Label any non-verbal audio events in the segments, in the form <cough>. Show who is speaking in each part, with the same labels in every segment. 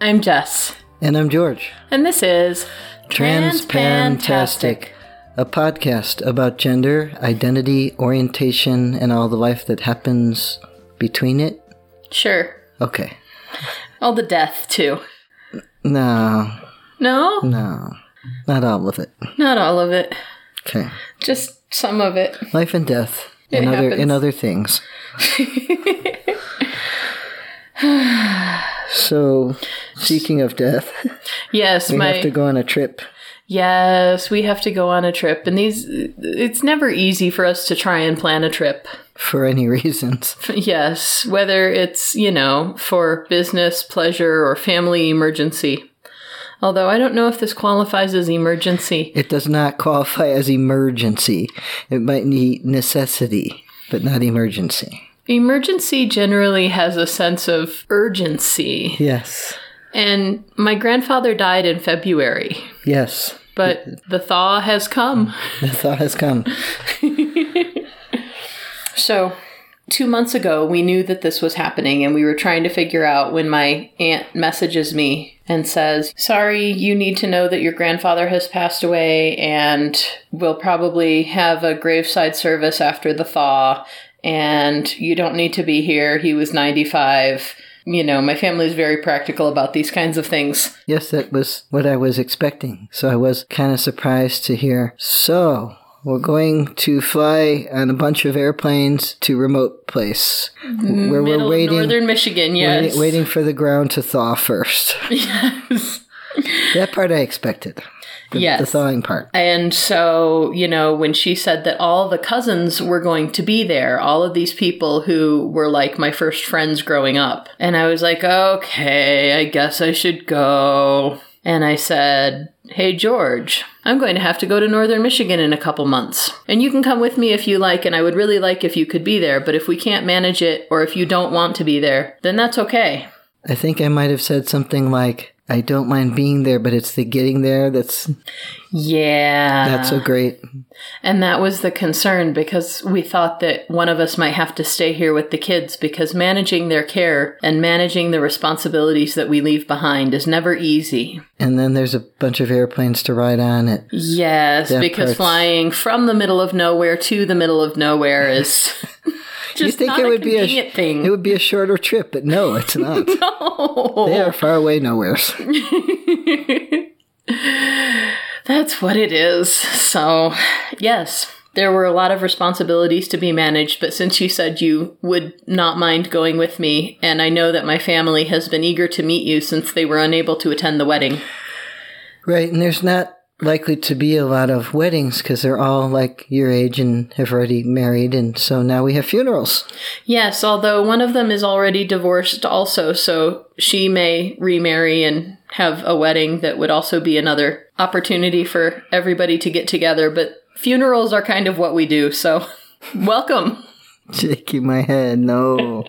Speaker 1: I'm Jess,
Speaker 2: And I'm George.
Speaker 1: and this is
Speaker 2: Transpantastic, a podcast about gender, identity, orientation, and all the life that happens between it.
Speaker 1: Sure.
Speaker 2: Okay.
Speaker 1: All the death, too.
Speaker 2: No,
Speaker 1: No?
Speaker 2: no, not all of it.
Speaker 1: Not all of it.
Speaker 2: Okay.
Speaker 1: Just some of it.
Speaker 2: Life and death and
Speaker 1: It
Speaker 2: other and
Speaker 1: happens.
Speaker 2: other things.
Speaker 1: <laughs>
Speaker 2: so, speaking of death,
Speaker 1: Yes,
Speaker 2: we
Speaker 1: my.
Speaker 2: have to go on a trip.
Speaker 1: yes, we have to go on a trip. And these. It's never easy for us to try and plan a trip. <laughs>
Speaker 2: For any <laughs> reasons.
Speaker 1: Yes, whether it's, you know, for business, pleasure, or family emergency. Although I don't know if this qualifies as emergency.
Speaker 2: It does not qualify as emergency. It might need necessity, but not emergency.
Speaker 1: Emergency generally has a sense of urgency.
Speaker 2: Yes.
Speaker 1: And my grandfather died in February,
Speaker 2: Yes.
Speaker 1: but the thaw has come.
Speaker 2: The thought has come.
Speaker 1: So, two months ago, we knew that this was happening, and we were trying to figure out when my aunt messages me and says, Sorry, you need to know that your grandfather has passed away, and we'll probably have a graveside service after the thaw, and you don't need to be here. He was 95. You know, my family is very practical about these kinds of things.
Speaker 2: Yes, that was what I was expecting. So I was kind of surprised to hear. So, we're going to fly on a bunch of airplanes to remote place where
Speaker 1: Mm-hmm. Middle
Speaker 2: we're
Speaker 1: of
Speaker 2: waiting
Speaker 1: Northern Michigan, yes.
Speaker 2: waiting, waiting for the ground to
Speaker 1: <laughs>
Speaker 2: thaw first.
Speaker 1: Yes.
Speaker 2: that part I expected. The,
Speaker 1: Yes.
Speaker 2: the thawing part.
Speaker 1: And so, you know, when she said that all the cousins were going to be there, all of these people who were like my first friends growing up. And I was like, okay, I guess I should go. And I said, hey, George, I'm going to have to go to Northern Michigan in a couple months. And you can come with me if you like, and I would really like if you could be there. But if we can't manage it, or if you don't want to be there, then that's okay.
Speaker 2: I think I might have said something like, I don't mind being there, but it's the getting there that's
Speaker 1: Yeah.
Speaker 2: that's so great.
Speaker 1: And that was the concern because we thought that one of us might have to stay here with the kids because managing their care and managing the responsibilities that we leave behind is never easy.
Speaker 2: And then there's a bunch of airplanes to ride on at
Speaker 1: Yes,
Speaker 2: That
Speaker 1: because
Speaker 2: part's-
Speaker 1: flying from the middle of nowhere to the middle of nowhere
Speaker 2: <laughs>
Speaker 1: is just
Speaker 2: think
Speaker 1: not
Speaker 2: it
Speaker 1: a
Speaker 2: would be a sh-
Speaker 1: convenient thing. <laughs>
Speaker 2: It would be a shorter trip, but no, it's not.
Speaker 1: no.
Speaker 2: They are far away nowheres.
Speaker 1: That's what it is. So, yes, there were a lot of responsibilities to be managed, but since you said you would not mind going with me, and I know that my family has been eager to meet you since they were unable to attend the wedding.
Speaker 2: <laughs> Right, and there's not likely to be a lot of weddings because they're all like your age and have already married, and so now we have funerals. <laughs>
Speaker 1: Yes, although one of them is already divorced, also, so she may remarry and have a wedding that would also be another opportunity for everybody to get together, but funerals are kind of what we do, so <laughs> welcome.
Speaker 2: Shaking my head,
Speaker 1: <laughs>
Speaker 2: no.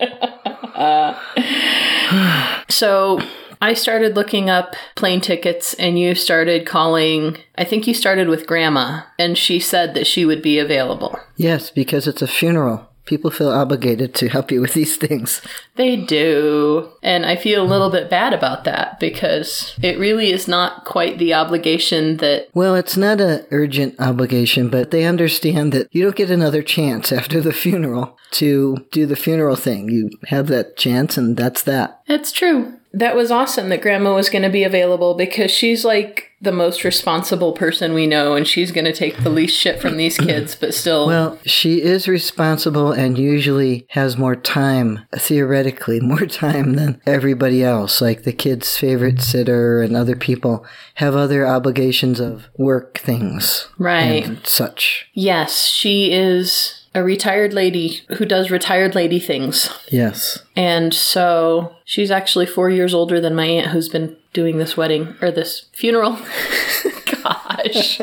Speaker 1: So I started looking up plane tickets, and you started calling. I think you started with Grandma, and she said that she would be available.
Speaker 2: yes, because it's a funeral. People feel obligated to help you with these things.
Speaker 1: They do. And I feel a little bit bad about that because it really is not quite the obligation that.
Speaker 2: Well, it's not an urgent obligation, but they understand that you don't get another chance after the funeral to do the funeral thing. You have that chance, and that's that.
Speaker 1: That's true. That was awesome that Grandma was going to be available because she's like the most responsible person we know, and she's going to take the least shit from these kids, but still.
Speaker 2: Well, she is responsible and usually has more time, theoretically, <laughs> more time than everybody else. Like the kids' favorite sitter and other people have other obligations of work things
Speaker 1: right.
Speaker 2: and such.
Speaker 1: Yes, she is a retired lady who does retired lady things.
Speaker 2: Yes.
Speaker 1: And so she's actually four years older than my aunt who's been doing this wedding or this funeral. <laughs> Gosh.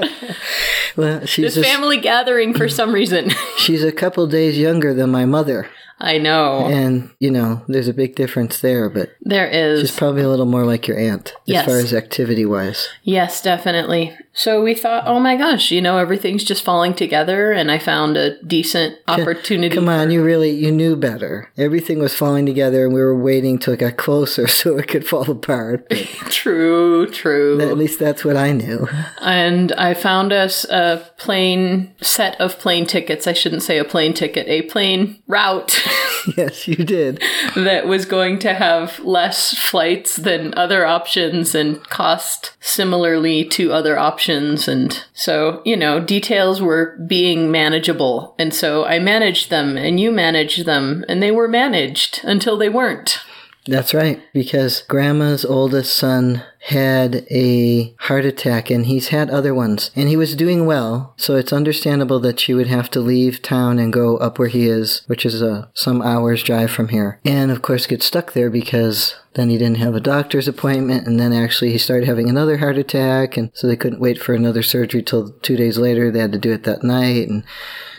Speaker 2: Well, she's
Speaker 1: This
Speaker 2: a,
Speaker 1: family gathering for some reason. <laughs>
Speaker 2: she's a couple days younger than my mother,
Speaker 1: I know.
Speaker 2: and you know, there's a big difference there. But
Speaker 1: There
Speaker 2: she's
Speaker 1: is.
Speaker 2: probably a little more like your aunt as
Speaker 1: Yes.
Speaker 2: far as activity wise.
Speaker 1: Yes, definitely. So we thought, oh my gosh, you know, everything's just falling together, and I found a decent opportunity.
Speaker 2: Come on, you really you knew better. Everything was falling together, and we were waiting till it got closer <laughs> so it could fall apart. But
Speaker 1: True, true.
Speaker 2: at least that's what I knew. <laughs>
Speaker 1: and I found us a plane set of plane tickets. I shouldn't say a plane ticket, a plane route <laughs>
Speaker 2: yes, you did.
Speaker 1: that was going to have less flights than other options and cost similarly to other options. And so, you know, details were being manageable. And so I managed them and you managed them and they were managed until they weren't.
Speaker 2: That's right, because grandma's oldest son had a heart attack and he's had other ones and he was doing well, so it's understandable that she would have to leave town and go up where he is, which is uh, some hours drive from here. And of course get stuck there because then he didn't have a doctor's appointment and then actually he started having another heart attack and so they couldn't wait for another surgery till 2 days later. They had to do it that night and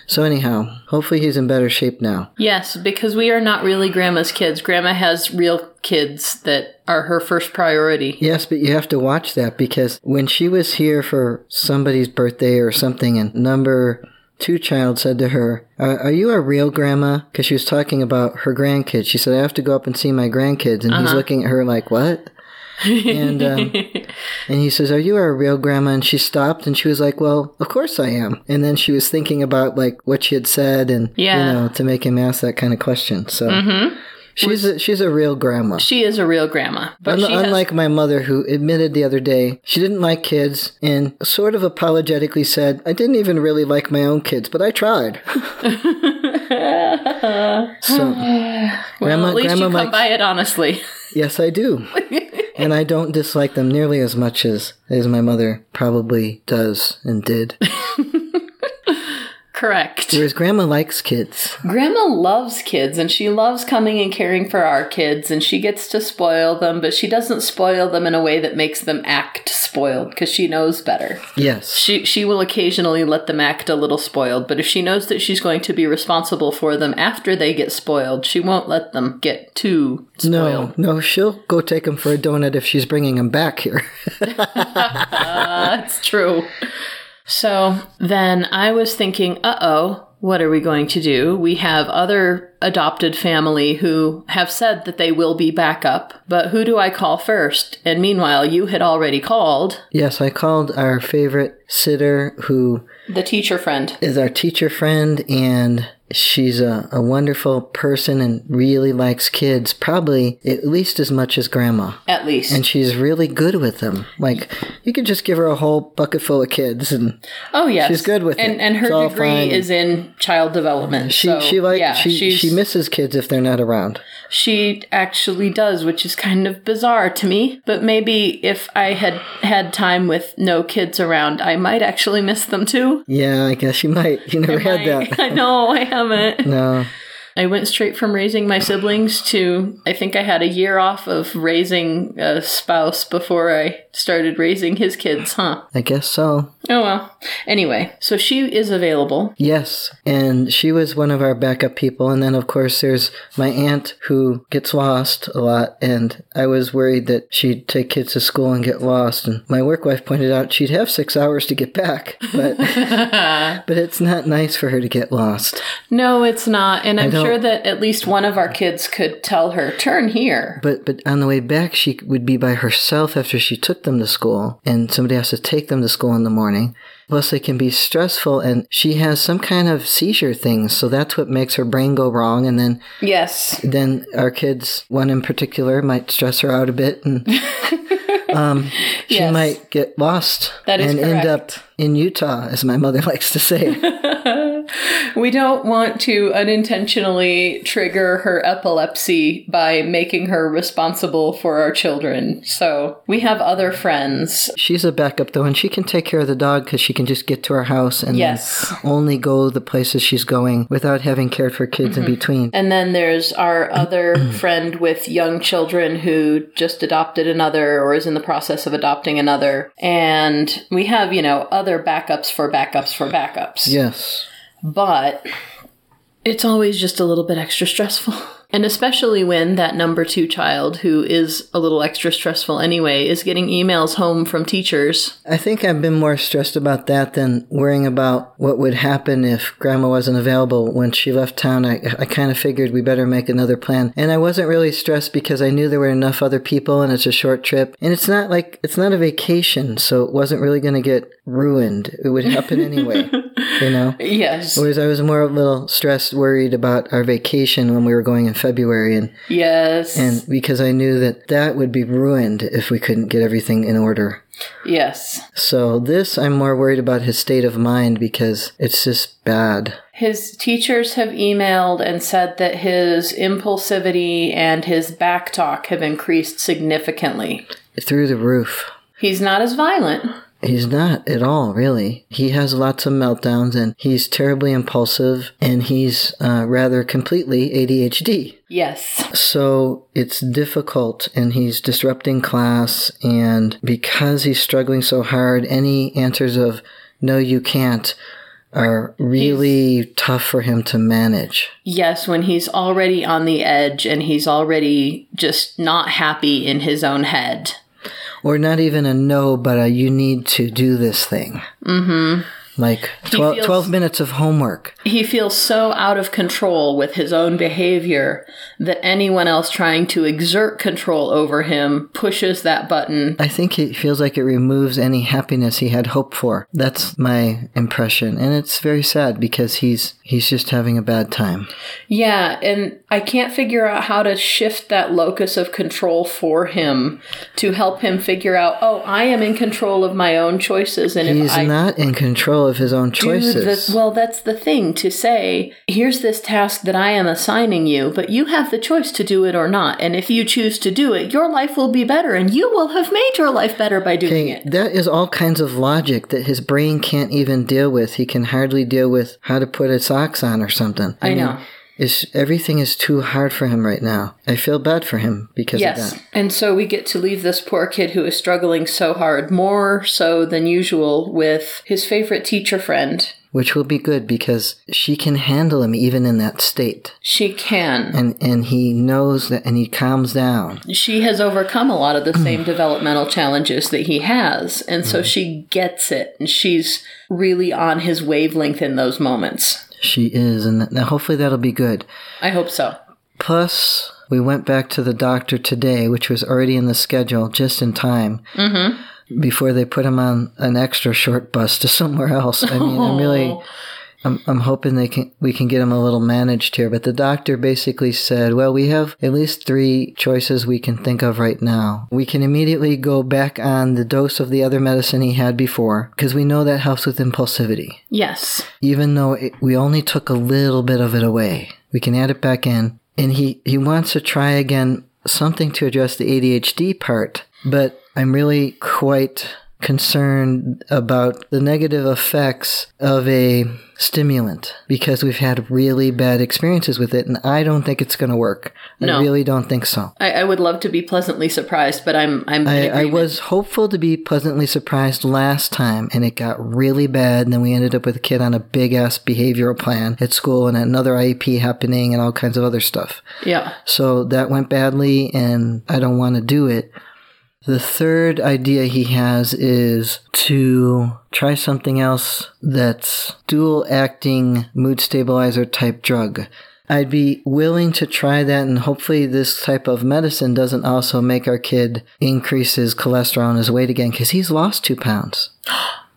Speaker 2: so anyhow, hopefully he's in better shape now.
Speaker 1: Yes, because we are not really grandma's kids. Grandma has real kids that are her first priority.
Speaker 2: Yes, but you have to watch that because when she was here for somebody's birthday or something, and number two child said to her, Are, are you a real grandma? Because she was talking about her grandkids. She said, I have to go up and see my grandkids. And he's looking at her like, What? and um, and he says, "Are you a real grandma?" And she stopped, and she was like, "Well, of course I am." And then she was thinking about like what she had said, and
Speaker 1: Yeah.
Speaker 2: you know, to make him ask that kind of question. So she's a, she's a real grandma.
Speaker 1: She is a real grandma, but
Speaker 2: Un-
Speaker 1: she has,
Speaker 2: unlike my mother, who admitted the other day she didn't like kids and sort of apologetically said, I didn't even really like my own kids, but
Speaker 1: <laughs>
Speaker 2: I tried. so,
Speaker 1: well,
Speaker 2: Grandma-
Speaker 1: at least you
Speaker 2: Grandma
Speaker 1: come
Speaker 2: likes-
Speaker 1: by it honestly. <laughs>
Speaker 2: yes, I do. and I don't dislike them nearly as much as, as my mother probably does and did.
Speaker 1: Correct.
Speaker 2: Whereas grandma likes kids.
Speaker 1: Grandma loves kids and she loves coming and caring for our kids and she gets to spoil them, but she doesn't spoil them in a way that makes them act spoiled because she knows better.
Speaker 2: Yes.
Speaker 1: She she will occasionally let them act a little spoiled, but if she knows that she's going to be responsible for them after they get spoiled, she won't let them get too spoiled.
Speaker 2: No, no, she'll go take them for a donut if she's bringing them back here. <laughs>
Speaker 1: That's true. So then I was thinking, uh oh, what are we going to do? We have other adopted family who have said that they will be back up, but who do I call first? And meanwhile, you had already called
Speaker 2: yes, I called our favorite sitter who
Speaker 1: the teacher friend.
Speaker 2: is our teacher friend and she's a, a wonderful person and really likes kids probably at least as much as grandma
Speaker 1: At least.
Speaker 2: and she's really good with them like you could just give her a whole bucket full of kids and
Speaker 1: oh yes,
Speaker 2: she's good with it.
Speaker 1: and, And
Speaker 2: It's
Speaker 1: her
Speaker 2: all
Speaker 1: degree
Speaker 2: fine.
Speaker 1: is in child development.
Speaker 2: she
Speaker 1: so,
Speaker 2: she like
Speaker 1: yeah,
Speaker 2: she,
Speaker 1: she's-
Speaker 2: she misses kids if they're not around
Speaker 1: she actually does, which is kind of bizarre to me. But maybe if I had had time with no kids around, I might actually miss them too.
Speaker 2: yeah i guess you might <laughs> you never had
Speaker 1: I, <laughs>
Speaker 2: that
Speaker 1: I know, I haven't.
Speaker 2: no
Speaker 1: I went straight from raising my siblings to, I think I had a year off of raising a spouse before I started raising his kids, huh?
Speaker 2: i guess so
Speaker 1: Oh well. Anyway, so she is available.
Speaker 2: Yes, and she was one of our backup people. And then, of course, there's my aunt who gets lost a lot. And I was worried that she'd take kids to school and get lost. And my work wife pointed out she'd have six hours to get back, but but it's not nice for her to get lost.
Speaker 1: No, it's not. And I'm
Speaker 2: don't-
Speaker 1: sure that at least one of our kids could tell her, turn here.
Speaker 2: But but on the way back, she would be by herself after she took them to school, and somebody has to take them to school in the morning. Plus, they can be stressful, and she has some kind of seizure thing, so that's what makes her brain go wrong, and then.
Speaker 1: Yes.
Speaker 2: then our kids, one in particular, might stress her out a
Speaker 1: <laughs>
Speaker 2: bit, and um, she
Speaker 1: Yes.
Speaker 2: might get lost
Speaker 1: That is <laughs>
Speaker 2: <laughs> and end up in Utah, as my mother likes to say.
Speaker 1: we don't want to unintentionally trigger her epilepsy by making her responsible for our children. So we have other friends.
Speaker 2: She's a backup though, and she can take care of the dog because she can just get to our house and then
Speaker 1: Yes.
Speaker 2: only go the places she's going without having cared for kids
Speaker 1: Mm-hmm.
Speaker 2: in between.
Speaker 1: And then there's our other friend with young children who just adopted another or is in the process of adopting another. And we have, you know, other backups for backups for backups.
Speaker 2: Yes.
Speaker 1: but it's always just a little bit extra stressful. <laughs> And especially when that number two child, who is a little extra stressful anyway, is getting emails home from teachers.
Speaker 2: I think I've been more stressed about that than worrying about what would happen if grandma wasn't available when she left town. I, I kind of figured we better make another plan. And I wasn't really stressed because I knew there were enough other people and it's a short trip. And it's not like, it's not a vacation, so it wasn't really going to get ruined. It would happen anyway, you know?
Speaker 1: Yes.
Speaker 2: Whereas I was more a little stressed, worried about our vacation when we were going in February, and,
Speaker 1: Yes.
Speaker 2: and because I knew that that would be ruined if we couldn't get everything in order.
Speaker 1: yes.
Speaker 2: So this, I'm more worried about his state of mind because it's just bad.
Speaker 1: His teachers have emailed and said that his impulsivity and his back talk have increased significantly.
Speaker 2: Through the roof.
Speaker 1: He's not as violent.
Speaker 2: He's not at all, really. He has lots of meltdowns and he's terribly impulsive and he's uh, rather completely ADHD.
Speaker 1: Yes.
Speaker 2: So it's difficult and he's disrupting class. And because he's struggling so hard, any answers of no, you can't are really tough for him to manage.
Speaker 1: Yes, when he's already on the edge and he's already just not happy in his own head.
Speaker 2: Or not even a no, but a you need to do this thing. Mm-hmm. Like 12,
Speaker 1: feels-
Speaker 2: 12 minutes of homework.
Speaker 1: He feels so out of control with his own behavior that anyone else trying to exert control over him pushes that button.
Speaker 2: I think it feels like it removes any happiness he had hoped for. That's my impression. And it's very sad because he's he's just having a bad time.
Speaker 1: Yeah, and I can't figure out how to shift that locus of control for him to help him figure out, oh, I am in control of my own choices. And
Speaker 2: He's
Speaker 1: if I
Speaker 2: not in control of his own
Speaker 1: do the-
Speaker 2: choices.
Speaker 1: well, that's the thing to say, here's this task that I am assigning you, but you have the choice to do it or not. And if you choose to do it, your life will be better and you will have made your life better by doing
Speaker 2: Okay,
Speaker 1: it.
Speaker 2: that is all kinds of logic that his brain can't even deal with. He can hardly deal with how to put his socks on or something.
Speaker 1: I know.
Speaker 2: It's, everything is too hard for him right now. I feel bad for him because of
Speaker 1: Yes.
Speaker 2: that.
Speaker 1: And so we get to leave this poor kid who is struggling so hard, more so than usual, with his favorite teacher friend.
Speaker 2: Which will be good because she can handle him even in that state.
Speaker 1: She can.
Speaker 2: And, and he knows that and he calms down.
Speaker 1: She has overcome a lot of the
Speaker 2: Mm.
Speaker 1: same developmental challenges that he has. And so she gets it. And she's really on his wavelength in those moments.
Speaker 2: She is. And that, hopefully that'll be good.
Speaker 1: I hope so.
Speaker 2: Plus, we went back to the doctor today, which was already in the schedule just in time before they put him on an extra short bus to somewhere else. I mean, I'm really, I'm, I'm hoping they can, we can get him a little managed here. But the doctor basically said, well, we have at least three choices we can think of right now. We can immediately go back on the dose of the other medicine he had before because we know that helps with impulsivity
Speaker 1: Yes.
Speaker 2: even though it, we only took a little bit of it away. We can add it back in. And he, he wants to try again something to address the ADHD part, but I'm really quite concerned about the negative effects of a stimulant because we've had really bad experiences with it and I don't think it's going to work.
Speaker 1: No.
Speaker 2: I really don't think so.
Speaker 1: I, I would love to be pleasantly surprised, but I'm. I'm
Speaker 2: I, I was hopeful to be pleasantly surprised last time, and it got really bad. And then we ended up with a kid on a big ass behavioral plan at school, and another IEP happening, and all kinds of other stuff.
Speaker 1: yeah.
Speaker 2: So that went badly, and I don't want to do it. The third idea he has is to try something else that's dual acting mood stabilizer type drug. I'd be willing to try that, and hopefully, this type of medicine doesn't also make our kid increase his cholesterol and his weight again because he's lost two pounds.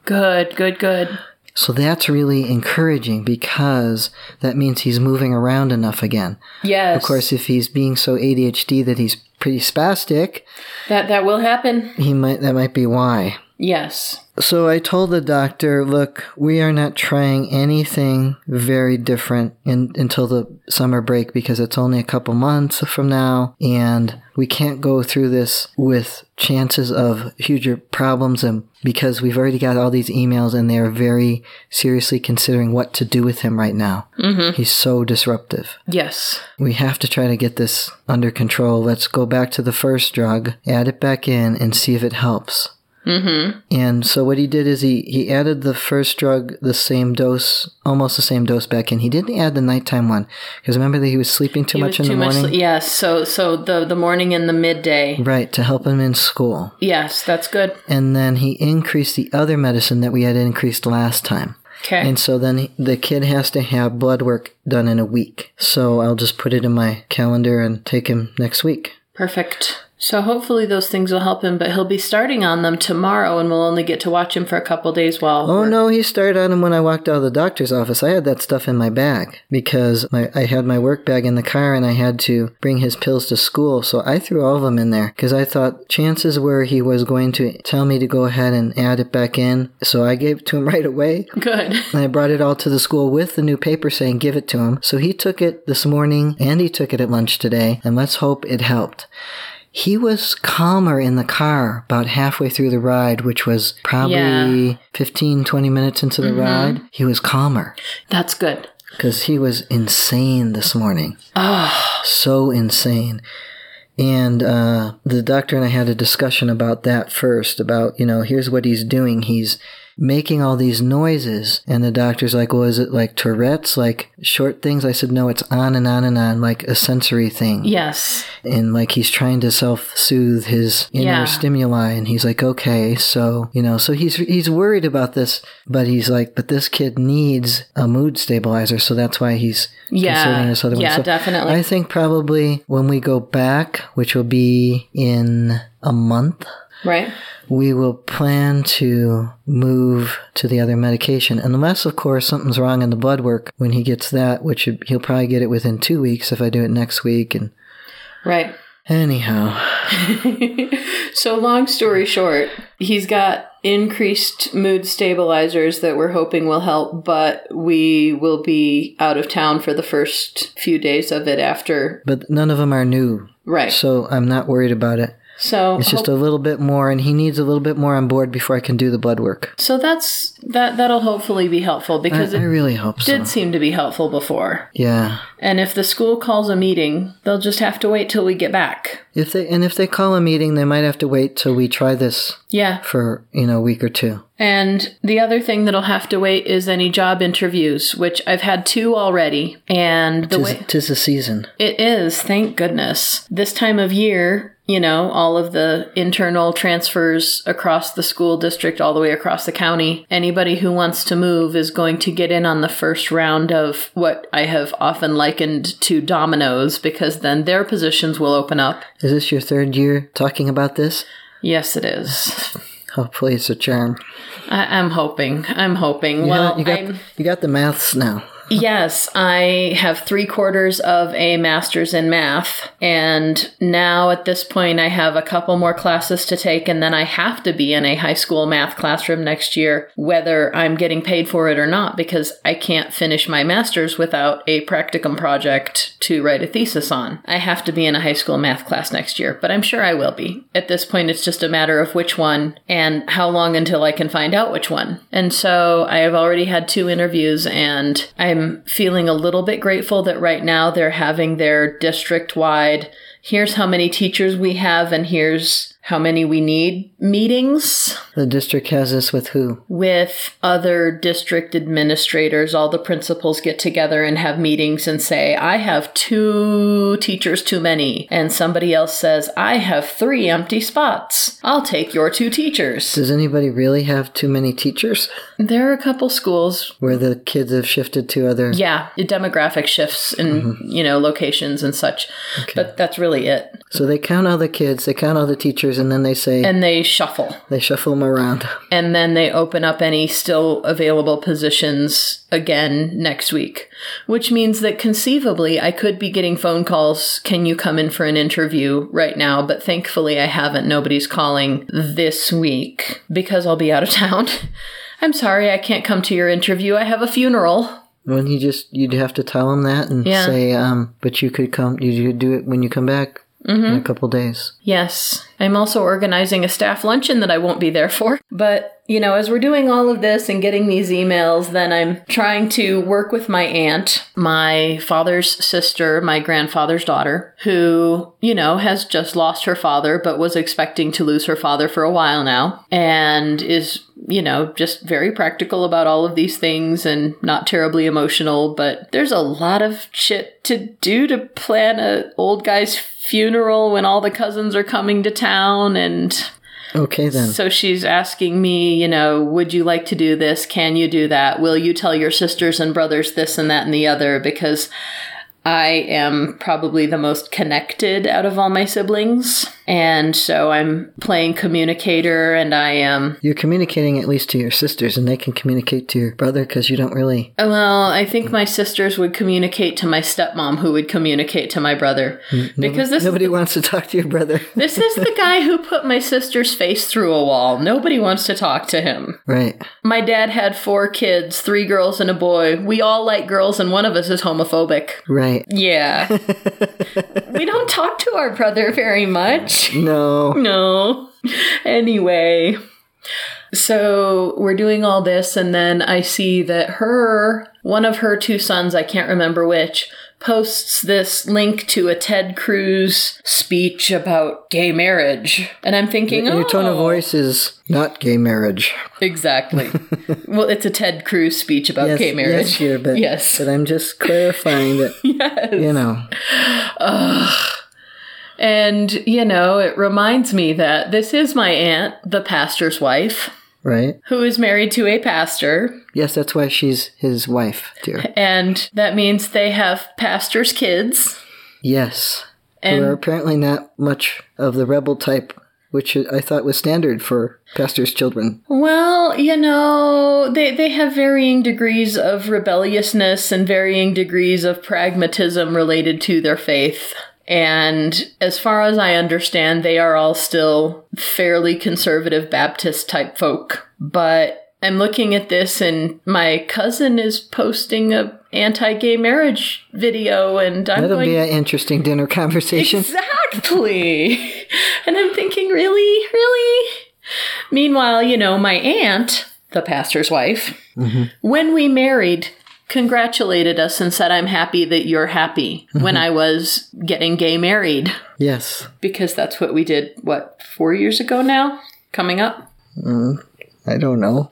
Speaker 1: Good, good, good.
Speaker 2: So that's really encouraging because that means he's moving around enough again.
Speaker 1: Yes.
Speaker 2: Of course, if he's being so ADHD that he's pretty spastic,
Speaker 1: That, that will happen.
Speaker 2: he might that might be why.
Speaker 1: Yes.
Speaker 2: So I told the doctor, look, we are not trying anything very different in, until the summer break because it's only a couple months from now and we can't go through this with chances of huge problems and because we've already got all these emails and they're very seriously considering what to do with him right now. Mm-hmm. He's so disruptive.
Speaker 1: Yes.
Speaker 2: We have to try to get this under control. Let's go back to the first drug, add it back in and see if it helps.
Speaker 1: Mm-hmm.
Speaker 2: And so what he did is he, he added the first drug the same dose, almost the same dose back in. He didn't add the nighttime one because remember that he was sleeping too
Speaker 1: It
Speaker 2: much
Speaker 1: was
Speaker 2: in the
Speaker 1: too
Speaker 2: morning.
Speaker 1: Much, yes. So so the the morning and the midday.
Speaker 2: Right, to help him in school.
Speaker 1: Yes, that's good.
Speaker 2: And then he increased the other medicine that we had increased last time.
Speaker 1: Okay.
Speaker 2: And so then he- the kid has to have blood work done in a week. So I'll just put it in my calendar and take him next week.
Speaker 1: Perfect. So hopefully those things will help him, but he'll be starting on them tomorrow, and we'll only get to watch him for a couple days while.
Speaker 2: Oh no, he started on him when I walked out of the doctor's office. I had that stuff in my bag because my, I had my work bag in the car and I had to bring his pills to school. So I threw all of them in there because I thought chances were he was going to tell me to go ahead and add it back in. So I gave it to him <laughs> right away.
Speaker 1: <laughs> Good.
Speaker 2: And I brought it all to the school with the new paper saying give it to him. So he took it this morning and he took it at lunch today. And let's hope it helped. He was calmer in the car about halfway through the ride, which was probably
Speaker 1: Yeah.
Speaker 2: fifteen twenty 15, 20 minutes into the ride. He was calmer
Speaker 1: That's good.
Speaker 2: because he was insane this morning.
Speaker 1: Ah,
Speaker 2: So insane. And uh, the doctor and I had a discussion about that first about, you know, here's what he's doing. He's making all these noises. And the doctor's like, well, is it like Tourette's, like short things? I said, no, it's on and on and on, like a sensory thing
Speaker 1: Yes.
Speaker 2: and like he's trying to self-soothe his inner
Speaker 1: Yeah.
Speaker 2: stimuli and he's like okay so you know so he's he's worried about this but he's like but this kid needs a mood stabilizer so that's why he's
Speaker 1: Yeah.
Speaker 2: considering this other
Speaker 1: Yeah,
Speaker 2: one so
Speaker 1: definitely.
Speaker 2: i think probably when we go back which will be in a month
Speaker 1: Right.
Speaker 2: we will plan to move to the other medication unless of course something's wrong in the blood work when he gets that which he'll probably get it within 2 weeks if i do it next week and
Speaker 1: Right. <laughs>
Speaker 2: anyhow
Speaker 1: So, long story short, he's got increased mood stabilizers that we're hoping will help, but we will be out of town for the first few days of it after.
Speaker 2: but none of them are new,
Speaker 1: Right.
Speaker 2: so I'm not worried about it.
Speaker 1: So,
Speaker 2: It's just
Speaker 1: hope-
Speaker 2: a little bit more, and he needs a little bit more on board before I can do the blood work.
Speaker 1: so that's that. That'll hopefully be helpful
Speaker 2: I,
Speaker 1: because
Speaker 2: I
Speaker 1: it
Speaker 2: really hope so.
Speaker 1: did seem to be helpful before.
Speaker 2: Yeah.
Speaker 1: And if the school calls a meeting, they'll just have to wait till we get back.
Speaker 2: If they and if they call a meeting, they might have to wait till we try this
Speaker 1: Yeah.
Speaker 2: for you know a week or two.
Speaker 1: And the other thing that'll have to wait is any job interviews, which I've had two already. And the
Speaker 2: Tis,
Speaker 1: way
Speaker 2: tis the season.
Speaker 1: It is, thank goodness. This time of year, you know, all of the internal transfers across the school district, all the way across the county, anybody who wants to move is going to get in on the first round of what I have often likened to dominoes because then their positions will open up.
Speaker 2: Is this your third year talking about this?
Speaker 1: Yes, it is.
Speaker 2: Hopefully, it's a charm.
Speaker 1: I- I'm hoping. I'm hoping.
Speaker 2: You know,
Speaker 1: well,
Speaker 2: you got
Speaker 1: I'm.
Speaker 2: you got the maths now.
Speaker 1: Yes, I have three quarters of a master's in math. And now at this point, I have a couple more classes to take, and then I have to be in a high school math classroom next year, whether I'm getting paid for it or not, because I can't finish my master's without a practicum project to write a thesis on. I have to be in a high school math class next year, but I'm sure I will be. At this point, it's just a matter of which one and how long until I can find out which one. And so I have already had two interviews, and I'm feeling a little bit grateful that right now they're having their district wide here's how many teachers we have, and here's how many we need meetings
Speaker 2: The district has this with who?
Speaker 1: with other district administrators. All the principals get together and have meetings and say, I have two teachers too many. And somebody else says, I have three empty spots. I'll take your two teachers.
Speaker 2: Does anybody really have too many teachers?
Speaker 1: There are a couple schools.
Speaker 2: Where the kids have shifted to other?
Speaker 1: Yeah, demographic shifts in, you know, locations and such. But that's really it.
Speaker 2: So they count all the kids, they count all the teachers, and then they say
Speaker 1: and they shuffle.
Speaker 2: they shuffle them around.
Speaker 1: and then they open up any still available positions again next week, which means that conceivably I could be getting phone calls. Can you come in for an interview right now? But thankfully I haven't. Nobody's calling this week because I'll be out of <laughs> town. I'm sorry, I can't come to your interview. I have a funeral.
Speaker 2: When you just you'd have to tell them that and
Speaker 1: Yeah.
Speaker 2: say, um, but you could come, you could do it when you come back
Speaker 1: Mm-hmm.
Speaker 2: in a couple days.
Speaker 1: Yes. I'm also organizing a staff luncheon that I won't be there for. But, you know, as we're doing all of this and getting these emails, then I'm trying to work with my aunt, my father's sister, my grandfather's daughter, who, you know, has just lost her father, but was expecting to lose her father for a while now and is you know, just very practical about all of these things and not terribly emotional, but there's a lot of shit to do to plan a old guy's funeral when all the cousins are coming to town and
Speaker 2: Okay then.
Speaker 1: so she's asking me, you know, would you like to do this? Can you do that? Will you tell your sisters and brothers this and that and the other because I am probably the most connected out of all my siblings. And so I'm playing communicator and I am
Speaker 2: You're communicating at least to your sisters, and they can communicate to your brother because you don't really.
Speaker 1: Well, I think my sisters would communicate to my stepmom, who would communicate to my brother, because this
Speaker 2: Nobody <laughs> wants to talk to your brother. <laughs>
Speaker 1: this is the guy who put my sister's face through a wall. Nobody wants to talk to him.
Speaker 2: right.
Speaker 1: My dad had four kids, three girls and a boy. We all like girls, and one of us is homophobic.
Speaker 2: Right.
Speaker 1: Yeah, we don't talk to our brother very much.
Speaker 2: No.
Speaker 1: <laughs> No. Anyway, so we're doing all this, and then I see that her, one of her two sons, I can't remember which, posts this link to a Ted Cruz speech about gay marriage. And I'm thinking, oh,
Speaker 2: Your tone of voice is not gay marriage. <laughs>
Speaker 1: exactly. well, it's a Ted Cruz speech about
Speaker 2: Yes,
Speaker 1: gay
Speaker 2: Yes,
Speaker 1: marriage.
Speaker 2: dear, but,
Speaker 1: Yes.
Speaker 2: But I'm just clarifying that,
Speaker 1: <laughs> Yes.
Speaker 2: you know,
Speaker 1: And, you know, it reminds me that this is my aunt, the pastor's wife,
Speaker 2: right?
Speaker 1: who is married to a pastor.
Speaker 2: Yes, that's why she's his wife,
Speaker 1: <laughs>
Speaker 2: dear.
Speaker 1: and that means they have pastors' kids.
Speaker 2: Yes.
Speaker 1: And
Speaker 2: Who are apparently not much of the rebel type, which I thought was standard for pastors' children.
Speaker 1: well, you know, they they have varying degrees of rebelliousness and varying degrees of pragmatism related to their faith. And as far as I understand, they are all still fairly conservative Baptist type folk. But I'm looking at this and my cousin is posting a anti-gay marriage video and I'm
Speaker 2: That'll
Speaker 1: going
Speaker 2: be an interesting dinner conversation.
Speaker 1: Exactly. and I'm thinking, really? Really? Meanwhile, you know, my aunt, the pastor's wife,
Speaker 2: Mm-hmm.
Speaker 1: when we married, congratulated us and said, I'm happy that you're happy
Speaker 2: Mm-hmm.
Speaker 1: when I was getting gay married.
Speaker 2: Yes.
Speaker 1: Because that's what we did, what, four years ago now? Coming up? <laughs>
Speaker 2: I don't know.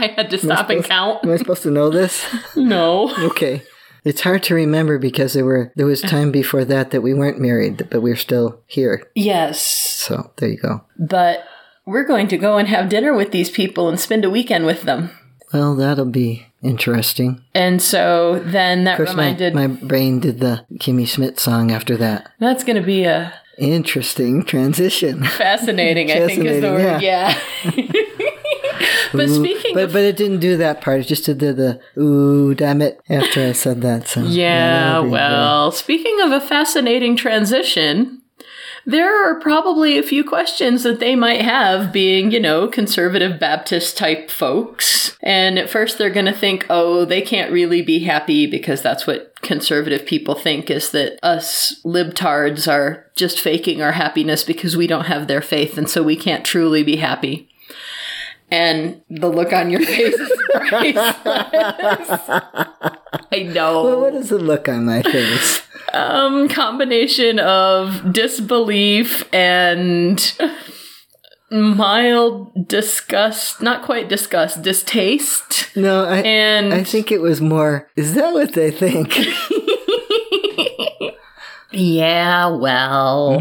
Speaker 1: I had to stop and count.
Speaker 2: Am I supposed to
Speaker 1: <laughs>
Speaker 2: know this?
Speaker 1: No.
Speaker 2: Okay. It's hard to remember because there were there was time before that that we weren't married, but we are still here.
Speaker 1: Yes.
Speaker 2: So there you go.
Speaker 1: But we're going to go and have dinner with these people and spend a weekend with them.
Speaker 2: Well, that'll be interesting.
Speaker 1: And so then that
Speaker 2: Of course, my,
Speaker 1: reminded
Speaker 2: my brain did the Kimmy Schmidt song after that.
Speaker 1: That's going to be a
Speaker 2: Interesting transition. <laughs>
Speaker 1: fascinating, I think is the
Speaker 2: Fascinating,
Speaker 1: word. Yeah. <laughs> but speaking
Speaker 2: but
Speaker 1: of
Speaker 2: but it didn't do that part. It just did the, the ooh damn it after I said that. So
Speaker 1: <laughs> Yeah,
Speaker 2: that'll be
Speaker 1: well, speaking of a fascinating transition, there are probably a few questions that they might have being, you know, conservative Baptist type folks. And at first they're going to think, oh, they can't really be happy because that's what conservative people think is that us libtards are just faking our happiness because we don't have their faith and so we can't truly be happy. And the look on your <laughs> face is priceless. I know.
Speaker 2: good. What is the look on my face? <laughs>
Speaker 1: um combination of disbelief and mild disgust not quite disgust distaste
Speaker 2: No, I
Speaker 1: and
Speaker 2: I think it was more. Is that what they think? <laughs>
Speaker 1: yeah well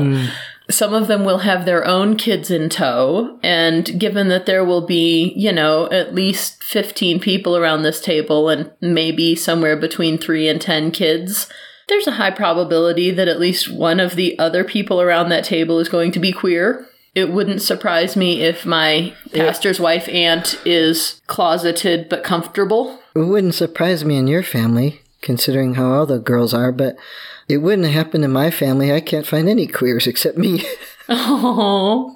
Speaker 1: some of them will have their own kids in tow and given that there will be you know at least 15 people around this table and maybe somewhere between 3 and 10 kids there's a high probability that at least one of the other people around that table is going to be queer. It wouldn't surprise me if my pastor's wife aunt is closeted but comfortable. <laughs>
Speaker 2: It wouldn't surprise me in your family, considering how all the girls are, but it wouldn't happen in my family. I can't find any queers except me. <laughs>
Speaker 1: Oh,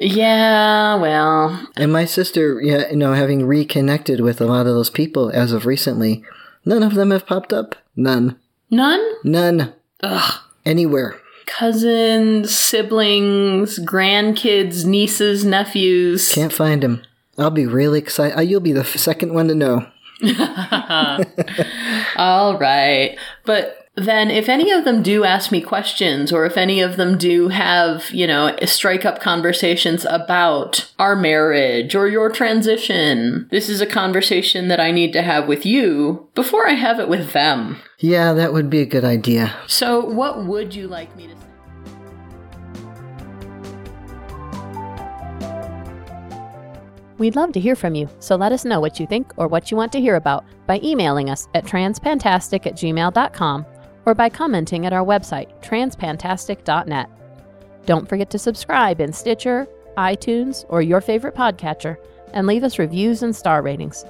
Speaker 1: yeah, well,
Speaker 2: and my sister, yeah, you know, having reconnected with a lot of those people as of recently, none of them have popped up. None.
Speaker 1: none?
Speaker 2: None.
Speaker 1: Ugh.
Speaker 2: Anywhere.
Speaker 1: Cousins, siblings, grandkids, nieces, nephews.
Speaker 2: Can't find them. I'll be really excited. You'll be the f- second one to know.
Speaker 1: All right. But then if any of them do ask me questions or if any of them do have, you know, strike up conversations about our marriage or your transition, this is a conversation that I need to have with you before I have it with them.
Speaker 2: Yeah, that would be a good idea.
Speaker 1: So, what would you like me to say?
Speaker 3: We'd love to hear from you, so let us know what you think or what you want to hear about by emailing us at transpantastic at gmail.com or by commenting at our website, transpantastic.net. Don't forget to subscribe in Stitcher, iTunes, or your favorite podcatcher and leave us reviews and star ratings.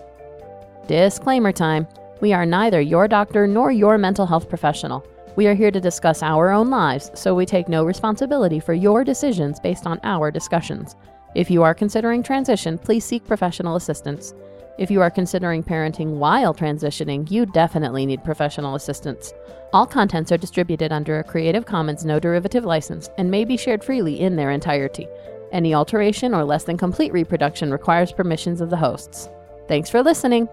Speaker 3: Disclaimer time we are neither your doctor nor your mental health professional. We are here to discuss our own lives, so we take no responsibility for your decisions based on our discussions. If you are considering transition, please seek professional assistance. If you are considering parenting while transitioning, you definitely need professional assistance. All contents are distributed under a Creative Commons no derivative license and may be shared freely in their entirety. Any alteration or less than complete reproduction requires permissions of the hosts. Thanks for listening!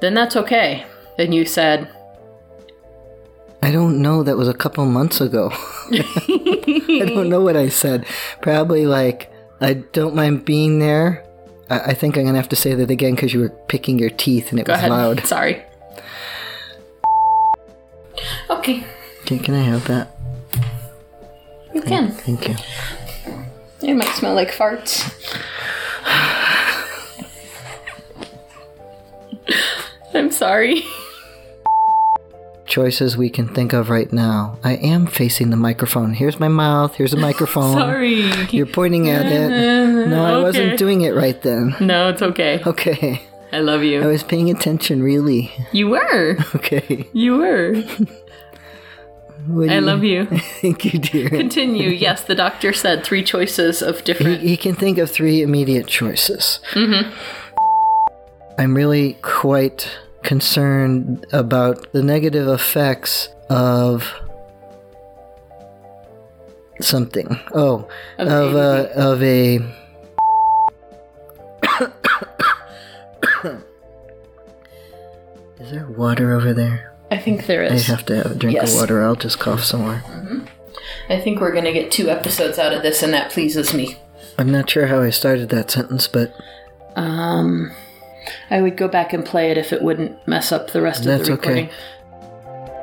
Speaker 1: Then that's okay. And you said,
Speaker 2: I don't know. That was a couple months ago. <laughs> I don't know what I said. Probably like, I don't mind being there. I, I think I'm going to have to say that again because you were picking your teeth and it
Speaker 1: Go
Speaker 2: was
Speaker 1: ahead. <laughs>
Speaker 2: loud. <laughs>
Speaker 1: Sorry. Okay,
Speaker 2: Can, can I have that?
Speaker 1: you can.
Speaker 2: Thank you.
Speaker 1: It might smell like farts. I'm sorry.
Speaker 2: Choices we can think of right now. I am facing the microphone. Here's my
Speaker 1: <laughs>
Speaker 2: mouth. Here's a microphone.
Speaker 1: Sorry.
Speaker 2: You're pointing at it. No, I wasn't doing it right then.
Speaker 1: No, it's okay.
Speaker 2: Okay.
Speaker 1: I love
Speaker 2: I
Speaker 1: you.
Speaker 2: was paying attention, really.
Speaker 1: You were.
Speaker 2: Okay.
Speaker 1: You were.
Speaker 2: What do
Speaker 1: I
Speaker 2: <laughs>
Speaker 1: love you.
Speaker 2: Thank you, dear.
Speaker 1: Continue. Yes, the doctor said three choices of
Speaker 2: He,
Speaker 1: different.
Speaker 2: he can think of three immediate choices. Mm-hmm. I'm really quite concerned about the negative effects of something. Oh,
Speaker 1: Of
Speaker 2: of a, of a <coughs> Is there water over there?
Speaker 1: I think there
Speaker 2: I
Speaker 1: is.
Speaker 2: have to have a drink
Speaker 1: Yes.
Speaker 2: of water. I'll just cough somewhere.
Speaker 1: I think we're going to get two episodes out of this, and that pleases me.
Speaker 2: I'm not sure how I started that sentence, but
Speaker 1: Um, I would go back and play it if it wouldn't mess up the rest of
Speaker 2: That's
Speaker 1: the
Speaker 2: okay.
Speaker 1: recording.